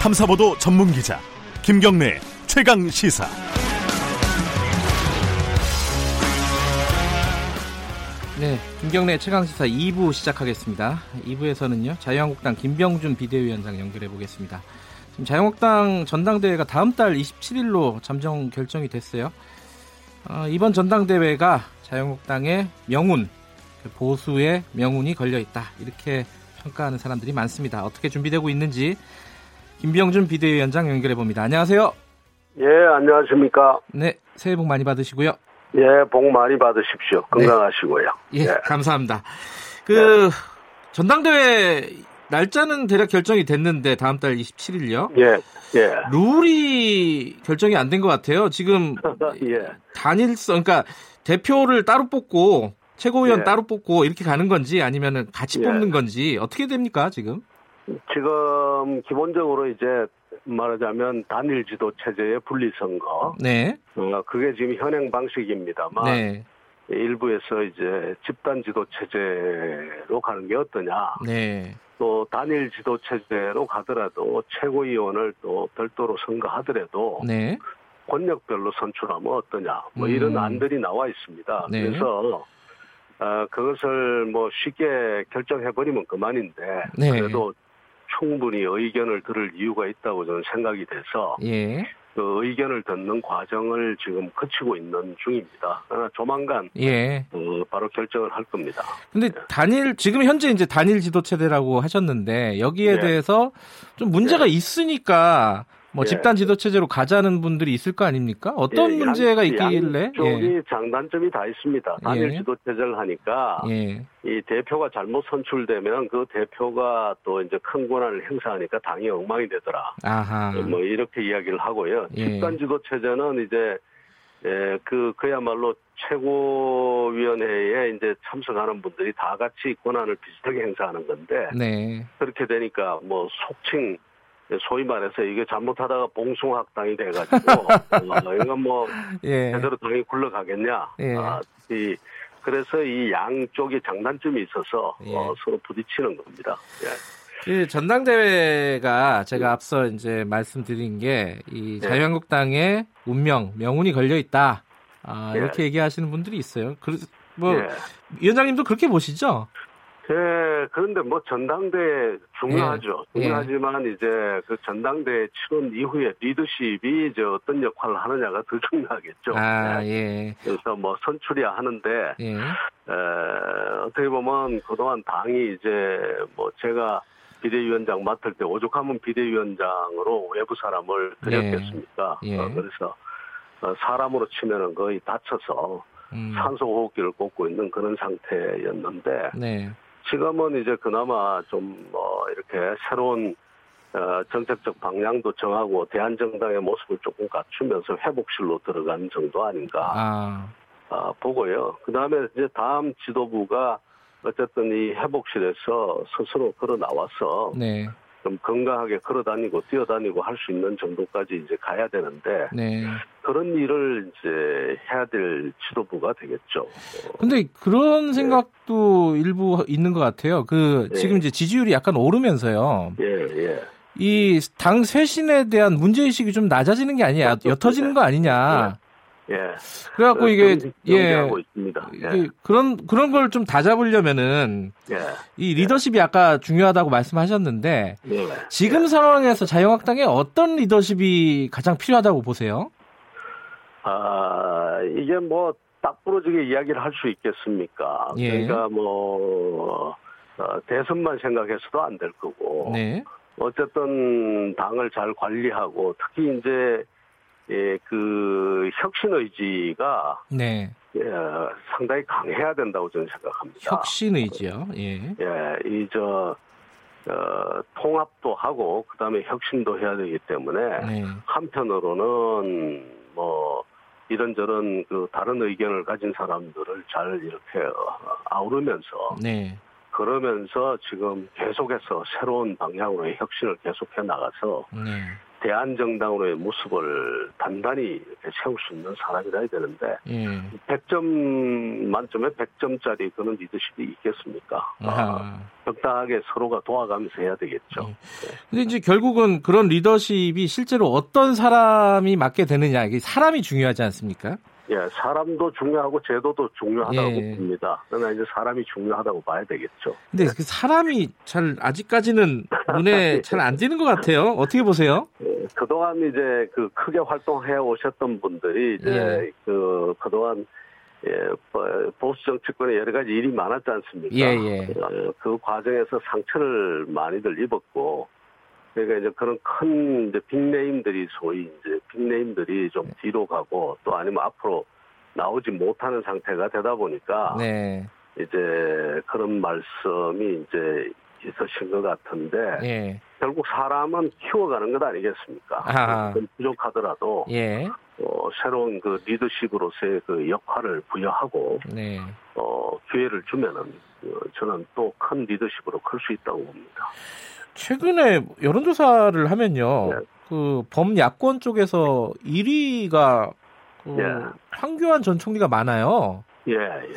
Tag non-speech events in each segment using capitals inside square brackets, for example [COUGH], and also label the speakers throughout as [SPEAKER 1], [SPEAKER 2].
[SPEAKER 1] 탐사보도 전문 기자 김경래 최강 시사.
[SPEAKER 2] 네, 김경래 최강시사 2부 시작하겠습니다. 2부에서는요, 자유한국당 김병준 비대위원장 연결해 보겠습니다. 지금 자유한국당 전당대회가 다음 달 27일로 잠정 결정이 됐어요. 어, 이번 전당대회가 자유한국당의 명운, 그 보수의 명운이 걸려 있다. 이렇게 평가하는 사람들이 많습니다. 어떻게 준비되고 있는지 김병준 비대위원장 연결해 봅니다. 안녕하세요.
[SPEAKER 3] 예, 안녕하십니까.
[SPEAKER 2] 네, 새해 복 많이 받으시고요.
[SPEAKER 3] 예, 복 많이 받으십시오. 건강하시고요.
[SPEAKER 2] 예, 감사합니다. 그 전당대회 날짜는 대략 결정이 됐는데 다음 달 27일요.
[SPEAKER 3] 예, 예,
[SPEAKER 2] 룰이 결정이 안 된 것 같아요. 지금
[SPEAKER 3] 예.
[SPEAKER 2] 단일성, 그러니까 대표를 따로 뽑고 최고위원
[SPEAKER 3] 예.
[SPEAKER 2] 따로 뽑고 이렇게 가는 건지 아니면은 같이
[SPEAKER 3] 예.
[SPEAKER 2] 뽑는 건지 어떻게 됩니까 지금?
[SPEAKER 3] 지금 기본적으로 이제 말하자면 단일 지도 체제의 분리선거.
[SPEAKER 2] 네,
[SPEAKER 3] 어, 그게 지금 현행 방식입니다만 예,
[SPEAKER 2] 네,
[SPEAKER 3] 일부에서 이제 집단 지도 체제로 가는 게 어떠냐.
[SPEAKER 2] 네,
[SPEAKER 3] 또 단일 지도 체제로 가더라도 최고위원을 또 별도로 선거하더라도
[SPEAKER 2] 네,
[SPEAKER 3] 권력별로 선출하면 어떠냐 뭐
[SPEAKER 2] 음.
[SPEAKER 3] 이런 안들이 나와 있습니다.
[SPEAKER 2] 네.
[SPEAKER 3] 그래서 어, 그것을 뭐 쉽게 결정해 버리면 그만인데
[SPEAKER 2] 네.
[SPEAKER 3] 그래도 충분히 의견을 들을 이유가 있다고 저는 생각이 돼서
[SPEAKER 2] 예,
[SPEAKER 3] 그 의견을 듣는 과정을 지금 거치고 있는 중입니다. 그러나 조만간
[SPEAKER 2] 예.
[SPEAKER 3] 어, 바로 결정을 할 겁니다.
[SPEAKER 2] 근데 단일 지금 현재 이제 단일 지도체제라고 하셨는데 여기에
[SPEAKER 3] 예.
[SPEAKER 2] 대해서 좀
[SPEAKER 3] 네.
[SPEAKER 2] 문제가 있으니까 뭐
[SPEAKER 3] 예.
[SPEAKER 2] 집단 지도체제로 가자는 분들이 있을 거 아닙니까? 어떤
[SPEAKER 3] 예, 양-
[SPEAKER 2] 문제가 있길래?
[SPEAKER 3] 양쪽이 장단점이 다 있습니다. 단일
[SPEAKER 2] 예.
[SPEAKER 3] 지도 체제를 하니까
[SPEAKER 2] 예. 예.
[SPEAKER 3] 이 대표가 잘못 선출되면 그 대표가 또 이제 큰 권한을 행사하니까 당이 엉망이 되더라.
[SPEAKER 2] 아하.
[SPEAKER 3] 뭐 이렇게 이야기를 하고요.
[SPEAKER 2] 예.
[SPEAKER 3] 집단 지도 체제는 이제 예, 그 그야말로 최고위원회에 이제 참석하는 분들이 다 같이 권한을 비슷하게 행사하는 건데
[SPEAKER 2] 네.
[SPEAKER 3] 그렇게 되니까 뭐 속칭 소위 말해서 이게 잘못하다가 봉숭학당이 돼가지고
[SPEAKER 2] [LAUGHS]
[SPEAKER 3] 어, 이건 뭐
[SPEAKER 2] 예.
[SPEAKER 3] 제대로 당이 굴러가겠냐.
[SPEAKER 2] 예.
[SPEAKER 3] 아, 이, 그래서 이 양쪽에 장단점이 있어서
[SPEAKER 2] 예.
[SPEAKER 3] 어, 서로 부딪히는 겁니다. 예.
[SPEAKER 2] 그 전당대회가
[SPEAKER 3] 네.
[SPEAKER 2] 제가 앞서 이제 말씀드린 게 이
[SPEAKER 3] 예.
[SPEAKER 2] 자유한국당의 운명, 명운이 걸려 있다. 아,
[SPEAKER 3] 예.
[SPEAKER 2] 이렇게 얘기하시는 분들이 있어요. 그래서 뭐
[SPEAKER 3] 예.
[SPEAKER 2] 위원장님도 그렇게 보시죠?
[SPEAKER 3] 예, 그런데 뭐 전당대회 중요하죠.
[SPEAKER 2] 예.
[SPEAKER 3] 중요하지만 이제 그 전당대회 치른 이후에 리더십이 이제 어떤 역할을 하느냐가 더 [LAUGHS] 중요하겠죠.
[SPEAKER 2] 아,
[SPEAKER 3] 예.
[SPEAKER 2] 예.
[SPEAKER 3] 그래서 뭐 선출이야 하는데
[SPEAKER 2] 예.
[SPEAKER 3] 에, 어떻게 보면 그동안 당이 이제 뭐 제가 비대위원장 맡을 때 오죽하면 비대위원장으로 외부 사람을 들였겠습니까?
[SPEAKER 2] 예. 예.
[SPEAKER 3] 어, 그래서 어, 사람으로 치면은 거의 다쳐서
[SPEAKER 2] 음.
[SPEAKER 3] 산소 호흡기를 꽂고 있는 그런 상태였는데
[SPEAKER 2] 네.
[SPEAKER 3] 지금은 이제 그나마 좀 뭐 이렇게 새로운 어, 정책적 방향도 정하고 대한정당의 모습을 조금 갖추면서 회복실로 들어간 정도 아닌가
[SPEAKER 2] 아,
[SPEAKER 3] 아, 보고요. 그 다음에 이제 다음 지도부가 어쨌든 이 회복실에서 스스로 걸어 나와서
[SPEAKER 2] 네,
[SPEAKER 3] 좀 건강하게 걸어 다니고 뛰어 다니고 할 수 있는 정도까지 이제 가야 되는데
[SPEAKER 2] 네.
[SPEAKER 3] 그런 일을 이제 해야 될 지도부가 되겠죠. 어,
[SPEAKER 2] 근데 그런 생각도 일부 있는 것 같아요. 그
[SPEAKER 3] 네.
[SPEAKER 2] 지금 이제 지지율이 약간 오르면서요.
[SPEAKER 3] 예, 예.
[SPEAKER 2] 이 당 쇄신에 대한 문제 의식이 좀 낮아지는 게 아니냐,
[SPEAKER 3] 그렇죠.
[SPEAKER 2] 옅어지는 거 아니냐.
[SPEAKER 3] 예.
[SPEAKER 2] 그래갖고 이게 예.
[SPEAKER 3] 하고 있습니다. 예.
[SPEAKER 2] 이게 그런 그런 걸 좀 다잡으려면은
[SPEAKER 3] 예.
[SPEAKER 2] 이 리더십이 아까 중요하다고 말씀하셨는데
[SPEAKER 3] 예.
[SPEAKER 2] 지금 상황에서 자유한국당에 어떤 리더십이 가장 필요하다고 보세요?
[SPEAKER 3] 아, 이게 뭐, 딱 부러지게 이야기를 할 수 있겠습니까?
[SPEAKER 2] 예.
[SPEAKER 3] 그러니까 뭐, 어, 대선만 생각해서도 안 될 거고,
[SPEAKER 2] 네,
[SPEAKER 3] 어쨌든 당을 잘 관리하고, 특히 이제, 예, 그, 혁신 의지가
[SPEAKER 2] 네,
[SPEAKER 3] 예, 상당히 강해야 된다고 저는 생각합니다.
[SPEAKER 2] 혁신 의지요. 예,
[SPEAKER 3] 예, 이, 저, 어, 통합도 하고, 그 다음에 혁신도 해야 되기 때문에,
[SPEAKER 2] 네.
[SPEAKER 3] 한편으로는 뭐 이런저런 그 다른 의견을 가진 사람들을 잘 이렇게 어, 아우르면서
[SPEAKER 2] 네.
[SPEAKER 3] 그러면서 지금 계속해서 새로운 방향으로의 혁신을 계속해 나가서
[SPEAKER 2] 네.
[SPEAKER 3] 대한정당으로의 모습을 단단히 이렇게 세울 수 있는 사람이라야 되는데
[SPEAKER 2] 예.
[SPEAKER 3] 100점 만점에 100점짜리 그런 리더십이 있겠습니까? 아,
[SPEAKER 2] 아하. 음.
[SPEAKER 3] 적당하게 서로가 도와가면서 해야 되겠죠.
[SPEAKER 2] 근데 이제 결국은 그런 리더십이 실제로 어떤 사람이 맡게 되느냐 이게 사람이 중요하지 않습니까?
[SPEAKER 3] 예, 사람도 중요하고 제도도 중요하다고
[SPEAKER 2] 예.
[SPEAKER 3] 봅니다. 그러나 이제 사람이 중요하다고 봐야 되겠죠.
[SPEAKER 2] 근데 그 사람이 잘 아직까지는 눈에 잘 안 띄는 것 같아요. 어떻게 보세요?
[SPEAKER 3] 예, 그동안 이제 그 크게 활동해 오셨던 분들이
[SPEAKER 2] 예.
[SPEAKER 3] 이제 그 그동안 예, 보- 보수 정치권에 여러 가지 일이 많았지 않습니까?
[SPEAKER 2] 예, 예.
[SPEAKER 3] 어, 그 과정에서 상처를 많이들 입었고 그러니까 이제 그런 큰 이제 빅네임들이 소위 이제 빅네임들이 좀 뒤로 가고 또 아니면 앞으로 나오지 못하는 상태가 되다 보니까
[SPEAKER 2] 네.
[SPEAKER 3] 이제 그런 말씀이 이제 있으신 것 같은데
[SPEAKER 2] 예.
[SPEAKER 3] 결국 사람은 키워가는 것 아니겠습니까?
[SPEAKER 2] 아하.
[SPEAKER 3] 좀 부족하더라도
[SPEAKER 2] 예.
[SPEAKER 3] 어, 새로운 그 리더십으로서의 그 역할을 부여하고
[SPEAKER 2] 네.
[SPEAKER 3] 어, 기회를 주면은 어, 저는 또 큰 리더십으로 클 수 있다고 봅니다.
[SPEAKER 2] 최근에 여론조사를 하면요.
[SPEAKER 3] 네.
[SPEAKER 2] 그 범야권 쪽에서 1위가 그
[SPEAKER 3] 예.
[SPEAKER 2] 황교안 전 총리가 많아요.
[SPEAKER 3] 예, 예.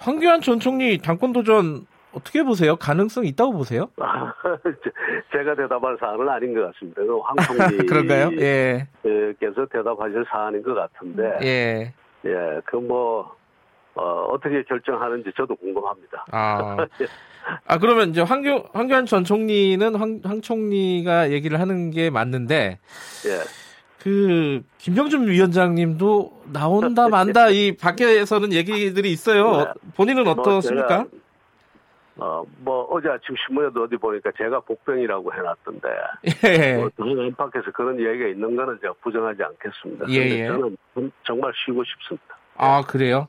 [SPEAKER 2] 황교안 전 총리 당권 도전 어떻게 보세요? 가능성 이 있다고 보세요?
[SPEAKER 3] 아, 제- 제가 대답할 사안은 아닌 것 같습니다. 그 황총리
[SPEAKER 2] 아, [LAUGHS] 그런가요? 예.
[SPEAKER 3] 께서 대답하실 사안인 것 같은데, 예,
[SPEAKER 2] 예.
[SPEAKER 3] 그 뭐, 어, 어떻게 결정하는지 저도 궁금합니다.
[SPEAKER 2] 아. 아 그러면 이제 황교 황교안 전 총리는 황, 황 총리가 얘기를 하는 게 맞는데
[SPEAKER 3] 예,
[SPEAKER 2] 그 김병준 위원장님도 나온다 만다 이 밖에서는 얘기들이 있어요. 본인은
[SPEAKER 3] 뭐
[SPEAKER 2] 어떻습니까?
[SPEAKER 3] 제가, 어, 뭐, 어제 아침 신문에도 어디 보니까 제가 복병이라고 해놨던데,
[SPEAKER 2] 예.
[SPEAKER 3] 뭐, 그런 안팎에서 그런 이야기가 있는 거는 제가 부정하지 않겠습니다.
[SPEAKER 2] 예,
[SPEAKER 3] 근데
[SPEAKER 2] 예.
[SPEAKER 3] 저는 좀- 정말 쉬고 싶습니다.
[SPEAKER 2] 아 그래요?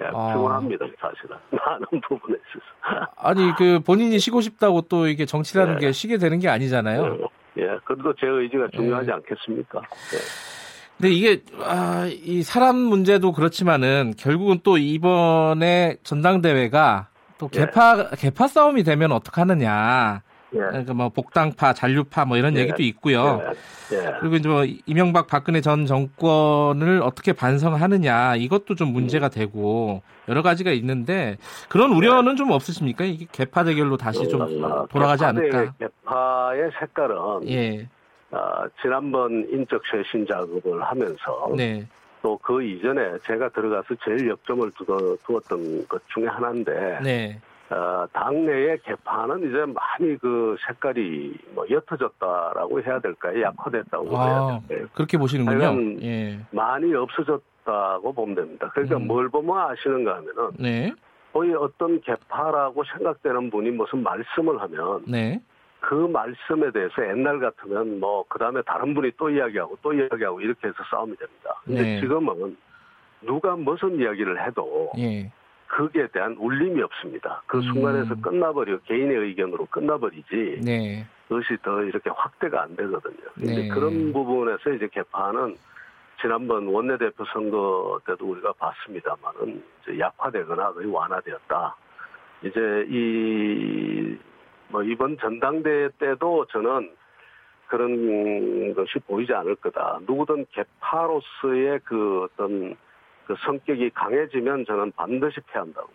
[SPEAKER 3] 예,
[SPEAKER 2] 아.
[SPEAKER 3] 피곤합니다, 사실은. [LAUGHS] 많은 부분에 있어서.
[SPEAKER 2] 아니 그 본인이 쉬고 싶다고 또 이게 정치라는
[SPEAKER 3] 네.
[SPEAKER 2] 게 쉬게 되는 게 아니잖아요.
[SPEAKER 3] 예, 그래도 제 의지가 중요하지 않겠습니까? 예.
[SPEAKER 2] 근데 이게 아, 이 사람 문제도 그렇지만은 결국은 또 이번에 전당대회가 또
[SPEAKER 3] 예.
[SPEAKER 2] 개파 개파 싸움이 되면 어떡하느냐.
[SPEAKER 3] 예.
[SPEAKER 2] 그러니까 뭐 복당파, 잔류파 뭐 이런
[SPEAKER 3] 예.
[SPEAKER 2] 얘기도 있고요.
[SPEAKER 3] 예. 예.
[SPEAKER 2] 그리고 이제 뭐 이명박 박근혜 전 정권을 어떻게 반성하느냐 이것도 좀
[SPEAKER 3] 음.
[SPEAKER 2] 문제가 되고 여러 가지가 있는데 그런 우려는 좀 없으십니까? 이게 개파 대결로 다시 좀
[SPEAKER 3] 아,
[SPEAKER 2] 돌아가지
[SPEAKER 3] 개파의-
[SPEAKER 2] 않을까?
[SPEAKER 3] 개파의 색깔은
[SPEAKER 2] 예,
[SPEAKER 3] 아, 지난번 인적 쇄신 작업을 하면서
[SPEAKER 2] 네,
[SPEAKER 3] 또 그 이전에 제가 들어가서 제일 역점을 두어, 두었던 것 중에 하나인데
[SPEAKER 2] 네,
[SPEAKER 3] 어, 당내의 개파는 이제 많이 그 색깔이 뭐 옅어졌다라고 해야 될까요? 약화됐다고
[SPEAKER 2] 아,
[SPEAKER 3] 해야 될까요?
[SPEAKER 2] 그렇게 보시는군요.
[SPEAKER 3] 하여간-
[SPEAKER 2] 예,
[SPEAKER 3] 많이 없어졌다고 보면 됩니다. 그러니까
[SPEAKER 2] 음.
[SPEAKER 3] 뭘 보면 아시는가 하면은
[SPEAKER 2] 네,
[SPEAKER 3] 거의 어떤 개파라고 생각되는 분이 무슨 말씀을 하면
[SPEAKER 2] 네,
[SPEAKER 3] 그 말씀에 대해서 옛날 같으면 뭐 그 다음에 다른 분이 또 이야기하고 또 이야기하고 이렇게 해서 싸움이 됩니다. 근데
[SPEAKER 2] 네.
[SPEAKER 3] 지금은 누가 무슨 이야기를 해도
[SPEAKER 2] 예,
[SPEAKER 3] 그게 대한 울림이 없습니다. 그
[SPEAKER 2] 음.
[SPEAKER 3] 순간에서 끝나버려 개인의 의견으로 끝나버리지
[SPEAKER 2] 네,
[SPEAKER 3] 그것이 더 이렇게 확대가 안 되거든요. 근데
[SPEAKER 2] 네.
[SPEAKER 3] 그런 부분에서 이제 개파는 지난번 원내대표 선거 때도 우리가 봤습니다만은 이제 약화되거나 거의 완화되었다. 이제 이, 뭐 이번 전당대회 때도 저는 그런 것이 보이지 않을 거다. 누구든 개파로서의 그 어떤 그 성격이 강해지면 저는 반드시 패한다고.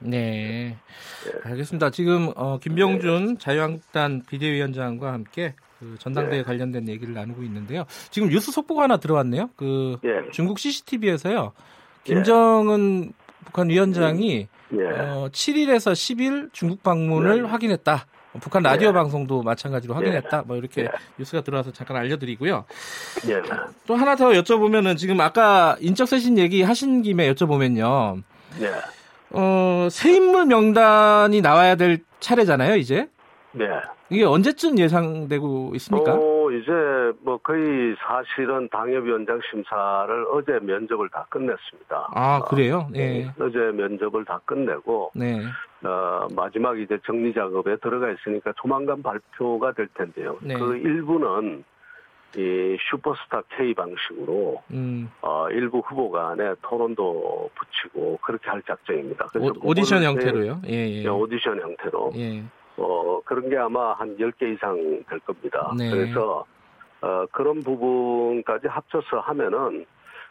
[SPEAKER 2] 네. 알겠습니다. 지금 어, 김병준 자유한국당 비대위원장과 함께 그 전당대회
[SPEAKER 3] 네.
[SPEAKER 2] 관련된 얘기를 나누고 있는데요. 지금 뉴스 속보가 하나 들어왔네요. 그
[SPEAKER 3] 예,
[SPEAKER 2] 중국 CCTV에서요.
[SPEAKER 3] 네.
[SPEAKER 2] 김정은 북한 위원장이
[SPEAKER 3] 예,
[SPEAKER 2] 어, 7일에서 10일 중국 방문을
[SPEAKER 3] 네.
[SPEAKER 2] 확인했다. 북한 라디오
[SPEAKER 3] 예.
[SPEAKER 2] 방송도 마찬가지로
[SPEAKER 3] 예.
[SPEAKER 2] 확인했다. 뭐 이렇게
[SPEAKER 3] 예.
[SPEAKER 2] 뉴스가 들어와서 잠깐 알려드리고요.
[SPEAKER 3] 예.
[SPEAKER 2] 또 하나 더 여쭤보면은 지금 아까 인적쇄신 얘기 하신 김에 여쭤보면요.
[SPEAKER 3] 예,
[SPEAKER 2] 어, 새 인물 명단이 나와야 될 차례잖아요, 이제.
[SPEAKER 3] 예.
[SPEAKER 2] 이게 언제쯤 예상되고 있습니까?
[SPEAKER 3] 어, 이제 뭐 거의 사실은 당협위원장 심사를 어제 면접을 다 끝냈습니다.
[SPEAKER 2] 아, 그래요? 예.
[SPEAKER 3] 어, 어제 면접을 다 끝내고
[SPEAKER 2] 네.
[SPEAKER 3] 어, 마지막 이제 정리 작업에 들어가 있으니까 조만간 발표가 될 텐데요.
[SPEAKER 2] 네.
[SPEAKER 3] 그 일부는 이 슈퍼스타 K 방식으로
[SPEAKER 2] 음,
[SPEAKER 3] 어, 일부 후보 간에 토론도 붙이고 그렇게 할 작정입니다. 그래서
[SPEAKER 2] 오, 디션
[SPEAKER 3] 그거는
[SPEAKER 2] 형태로요? 예,
[SPEAKER 3] 이제
[SPEAKER 2] 예.
[SPEAKER 3] 네. 오디션 형태로
[SPEAKER 2] 예.
[SPEAKER 3] 어, 그런 게 아마 한 10개 이상 될 겁니다.
[SPEAKER 2] 네.
[SPEAKER 3] 그래서 어, 그런 부분까지 합쳐서 하면은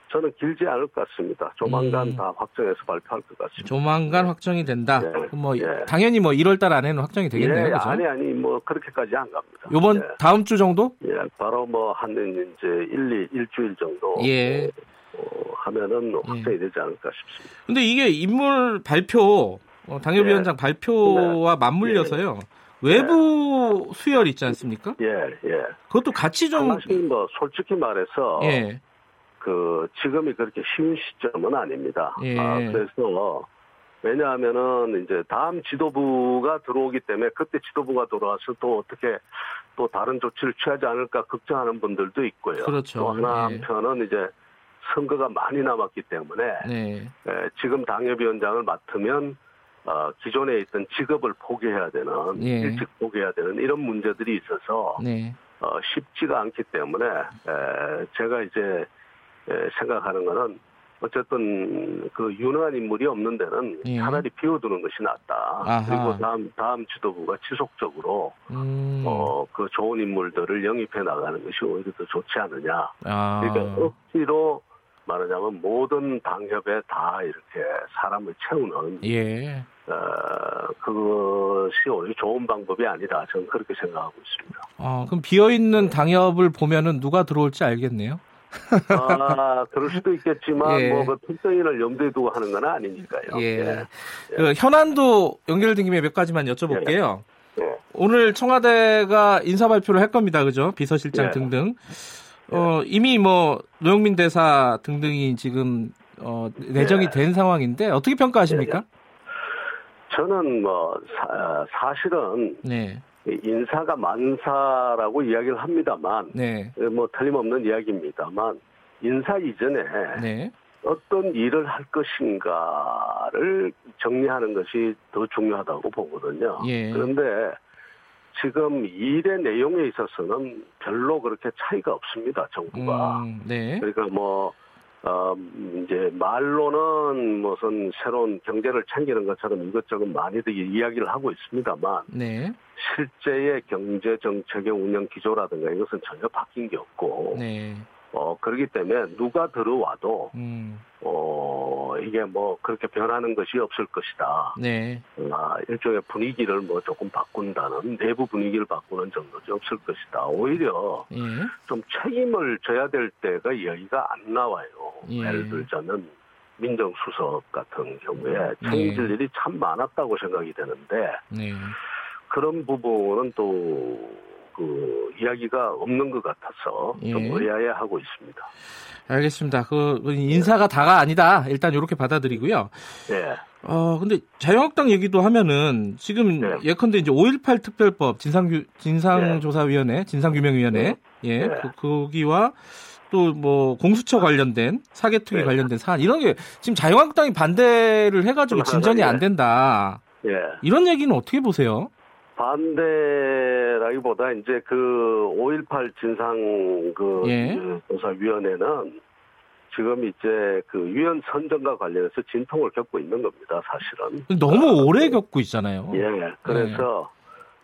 [SPEAKER 3] 저는 길지 않을 것 같습니다. 조만간
[SPEAKER 2] 음.
[SPEAKER 3] 다 확정해서 발표할 것 같습니다.
[SPEAKER 2] 조만간 확정이 된다.
[SPEAKER 3] 예.
[SPEAKER 2] 그럼 뭐
[SPEAKER 3] 예.
[SPEAKER 2] 당연히 뭐 1월 달 안에는 확정이 되겠네요.
[SPEAKER 3] 예,
[SPEAKER 2] 그죠?
[SPEAKER 3] 아니 아니 뭐 그렇게까지 안 갑니다.
[SPEAKER 2] 요번
[SPEAKER 3] 예,
[SPEAKER 2] 다음 주 정도?
[SPEAKER 3] 예, 바로 뭐 한 이제 일, 이 일주일 정도
[SPEAKER 2] 예.
[SPEAKER 3] 어, 하면은 확정이 되지 않을까 싶습니다.
[SPEAKER 2] 근데 이게 인물 발표 어,
[SPEAKER 3] 네.
[SPEAKER 2] 당협위원장 발표와 맞물려서요.
[SPEAKER 3] 네.
[SPEAKER 2] 외부 수혈 있지 않습니까?
[SPEAKER 3] 예, 예.
[SPEAKER 2] 그것도 같이 좀
[SPEAKER 3] 하나씩 뭐 솔직히 말해서
[SPEAKER 2] 예.
[SPEAKER 3] 그 지금이 그렇게 쉬운 시점은 아닙니다.
[SPEAKER 2] 예.
[SPEAKER 3] 아, 그래서 왜냐하면은 이제 다음 지도부가 들어오기 때문에 그때 지도부가 들어와서 또 어떻게 또 다른 조치를 취하지 않을까 걱정하는 분들도 있고요.
[SPEAKER 2] 그렇죠.
[SPEAKER 3] 또 하나
[SPEAKER 2] 예.
[SPEAKER 3] 한편은 이제 선거가 많이 남았기 때문에
[SPEAKER 2] 네.
[SPEAKER 3] 예, 지금 당협위원장을 맡으면 어, 기존에 있던 직업을 포기해야 되는
[SPEAKER 2] 예.
[SPEAKER 3] 일찍 포기해야 되는 이런 문제들이 있어서
[SPEAKER 2] 네.
[SPEAKER 3] 어, 쉽지가 않기 때문에 에, 제가 이제 에, 생각하는 거는 어쨌든 그 유능한 인물이 없는 데는
[SPEAKER 2] 예.
[SPEAKER 3] 차라리 비워두는 것이 낫다.
[SPEAKER 2] 아하.
[SPEAKER 3] 그리고 다음 다음 지도부가 지속적으로
[SPEAKER 2] 음.
[SPEAKER 3] 어, 그 좋은 인물들을 영입해 나가는 것이 오히려 더 좋지 않느냐.
[SPEAKER 2] 아.
[SPEAKER 3] 그러니까 억지로 말하자면 모든 당협에 다 이렇게 사람을 채우는
[SPEAKER 2] 예.
[SPEAKER 3] 어, 그것이 오히려 좋은 방법이 아니다. 저는 그렇게 생각하고 있습니다.
[SPEAKER 2] 어, 그럼 비어 있는 당협을 보면은 누가 들어올지 알겠네요.
[SPEAKER 3] 아, 그럴 수도 있겠지만
[SPEAKER 2] 예.
[SPEAKER 3] 뭐그 특정인을 염두에 두고 하는 건 아니니까요.
[SPEAKER 2] 예. 그 현안도 연결된 김에 몇 가지만 여쭤볼게요.
[SPEAKER 3] 예.
[SPEAKER 2] 오늘 청와대가 인사 발표를 할 겁니다. 그죠? 비서실장
[SPEAKER 3] 예.
[SPEAKER 2] 등등. 어, 이미 뭐 노영민 대사 등등이 지금 어, 내정이
[SPEAKER 3] 예.
[SPEAKER 2] 된 상황인데 어떻게 평가하십니까?
[SPEAKER 3] 저는 뭐 사, 실은
[SPEAKER 2] 네.
[SPEAKER 3] 인사가 만사라고 이야기를 합니다만
[SPEAKER 2] 네.
[SPEAKER 3] 뭐 틀림없는 이야기입니다만 인사 이전에
[SPEAKER 2] 네.
[SPEAKER 3] 어떤 일을 할 것인가를 정리하는 것이 더 중요하다고 보거든요.
[SPEAKER 2] 예.
[SPEAKER 3] 그런데 지금 일의 내용에 있어서는 별로 그렇게 차이가 없습니다. 정부가.
[SPEAKER 2] 음, 네.
[SPEAKER 3] 그러니까 뭐, 어, 이제 말로는 무슨 새로운 경제를 챙기는 것처럼 이것저것 많이들 이야기를 하고 있습니다만
[SPEAKER 2] 네.
[SPEAKER 3] 실제의 경제 정책의 운영 기조라든가 이것은 전혀 바뀐 게 없고
[SPEAKER 2] 네.
[SPEAKER 3] 어, 그렇기 때문에 누가 들어와도
[SPEAKER 2] 음.
[SPEAKER 3] 어, 이게 뭐 그렇게 변하는 것이 없을 것이다.
[SPEAKER 2] 네.
[SPEAKER 3] 아, 일종의 분위기를 뭐 조금 바꾼다는 내부 분위기를 바꾸는 정도지 없을 것이다. 오히려
[SPEAKER 2] 예.
[SPEAKER 3] 좀 책임을 져야 될 때가 여기가 안 나와요.
[SPEAKER 2] 예.
[SPEAKER 3] 예를 들자면 민정수석 같은 경우에
[SPEAKER 2] 예.
[SPEAKER 3] 책임질 일이 참 많았다고 생각이 되는데
[SPEAKER 2] 네.
[SPEAKER 3] 그런 부분은 또 그 이야기가 없는 것 같아서 좀
[SPEAKER 2] 예.
[SPEAKER 3] 의아해하고 있습니다.
[SPEAKER 2] 알겠습니다. 그 인사가 다가 아니다. 일단 이렇게 받아들이고요.
[SPEAKER 3] 예,
[SPEAKER 2] 어, 근데 자유한국당 얘기도 하면은 지금
[SPEAKER 3] 네.
[SPEAKER 2] 예컨대 이제 5.18 특별법 진상규 진상조사위원회, 진상규명위원회,
[SPEAKER 3] 네.
[SPEAKER 2] 예,
[SPEAKER 3] 네.
[SPEAKER 2] 그, 거기와 또 뭐 공수처 관련된 사개특위
[SPEAKER 3] 네.
[SPEAKER 2] 관련된 사안 이런 게 지금 자유한국당이 반대를 해가지고 진전이 안
[SPEAKER 3] 네.
[SPEAKER 2] 된다
[SPEAKER 3] 예.
[SPEAKER 2] 이런 얘기는 어떻게 보세요?
[SPEAKER 3] 반대라기보다 이제 그 5.18 진상 그
[SPEAKER 2] 예.
[SPEAKER 3] 조사위원회는 지금 이제 그 위원 선정과 관련해서 진통을 겪고 있는 겁니다, 사실은.
[SPEAKER 2] 너무 오래 겪고 있잖아요.
[SPEAKER 3] 아, 네. 예, 그래서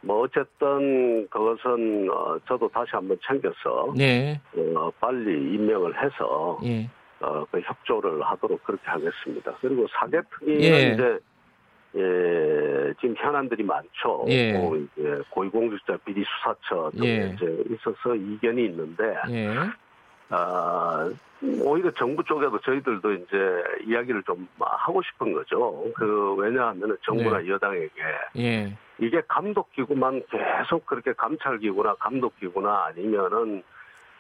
[SPEAKER 2] 음.
[SPEAKER 3] 뭐 어쨌든 그것은 어, 저도 다시 한번 챙겨서
[SPEAKER 2] 네,
[SPEAKER 3] 어, 빨리 임명을 해서
[SPEAKER 2] 예,
[SPEAKER 3] 어, 그 협조를 하도록 그렇게 하겠습니다. 그리고 사개특위는
[SPEAKER 2] 예.
[SPEAKER 3] 이제 예, 지금 현안들이 많죠.
[SPEAKER 2] 예.
[SPEAKER 3] 뭐 이제 고위공직자 비리 수사처 등에
[SPEAKER 2] 예.
[SPEAKER 3] 이제 있어서 이견이 있는데
[SPEAKER 2] 예,
[SPEAKER 3] 아, 오히려 정부 쪽에도 저희들도 이제 이야기를 좀 하고 싶은 거죠. 그 왜냐하면 정부나
[SPEAKER 2] 네.
[SPEAKER 3] 여당에게
[SPEAKER 2] 예,
[SPEAKER 3] 이게 감독기구만 계속 그렇게 감찰기구나 감독기구나 아니면은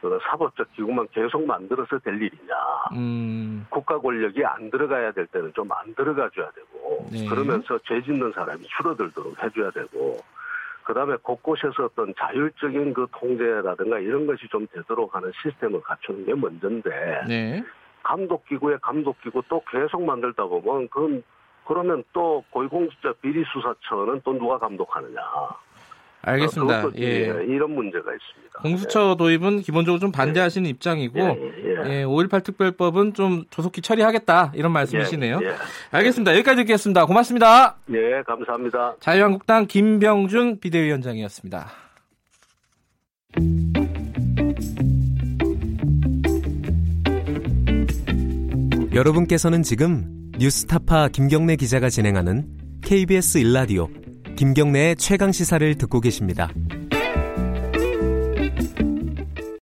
[SPEAKER 3] 그 사법적 기구만 계속 만들어서 될 일이냐.
[SPEAKER 2] 음,
[SPEAKER 3] 국가 권력이 안 들어가야 될 때는 좀 안 들어가줘야 되고
[SPEAKER 2] 네.
[SPEAKER 3] 그러면서 죄 짓는 사람이 줄어들도록 해줘야 되고 그다음에 곳곳에서 어떤 자율적인 그 통제라든가 이런 것이 좀 되도록 하는 시스템을 갖추는 게 먼저인데
[SPEAKER 2] 네,
[SPEAKER 3] 감독기구에 감독기구 또 계속 만들다 보면 그건 그러면 또 고위공직자 비리 수사처는 또 누가 감독하느냐
[SPEAKER 2] 알겠습니다.
[SPEAKER 3] 아, 그것도
[SPEAKER 2] 예.
[SPEAKER 3] 예, 이런 문제가 있습니다.
[SPEAKER 2] 공수처 도입은 기본적으로 좀 반대하시는 입장이고
[SPEAKER 3] 예, 예, 예.
[SPEAKER 2] 예, 5.18 특별법은 좀 조속히 처리하겠다 이런 말씀이시네요.
[SPEAKER 3] 예,
[SPEAKER 2] 알겠습니다. 여기까지 듣겠습니다. 고맙습니다.
[SPEAKER 3] 예. 예, 감사합니다.
[SPEAKER 2] 자유한국당 김병준 비대위원장이었습니다.
[SPEAKER 4] 여러분께서는 지금 뉴스타파 김경래 기자가 진행하는 KBS 일라디오 김경래의 최강 시사를 듣고 계십니다.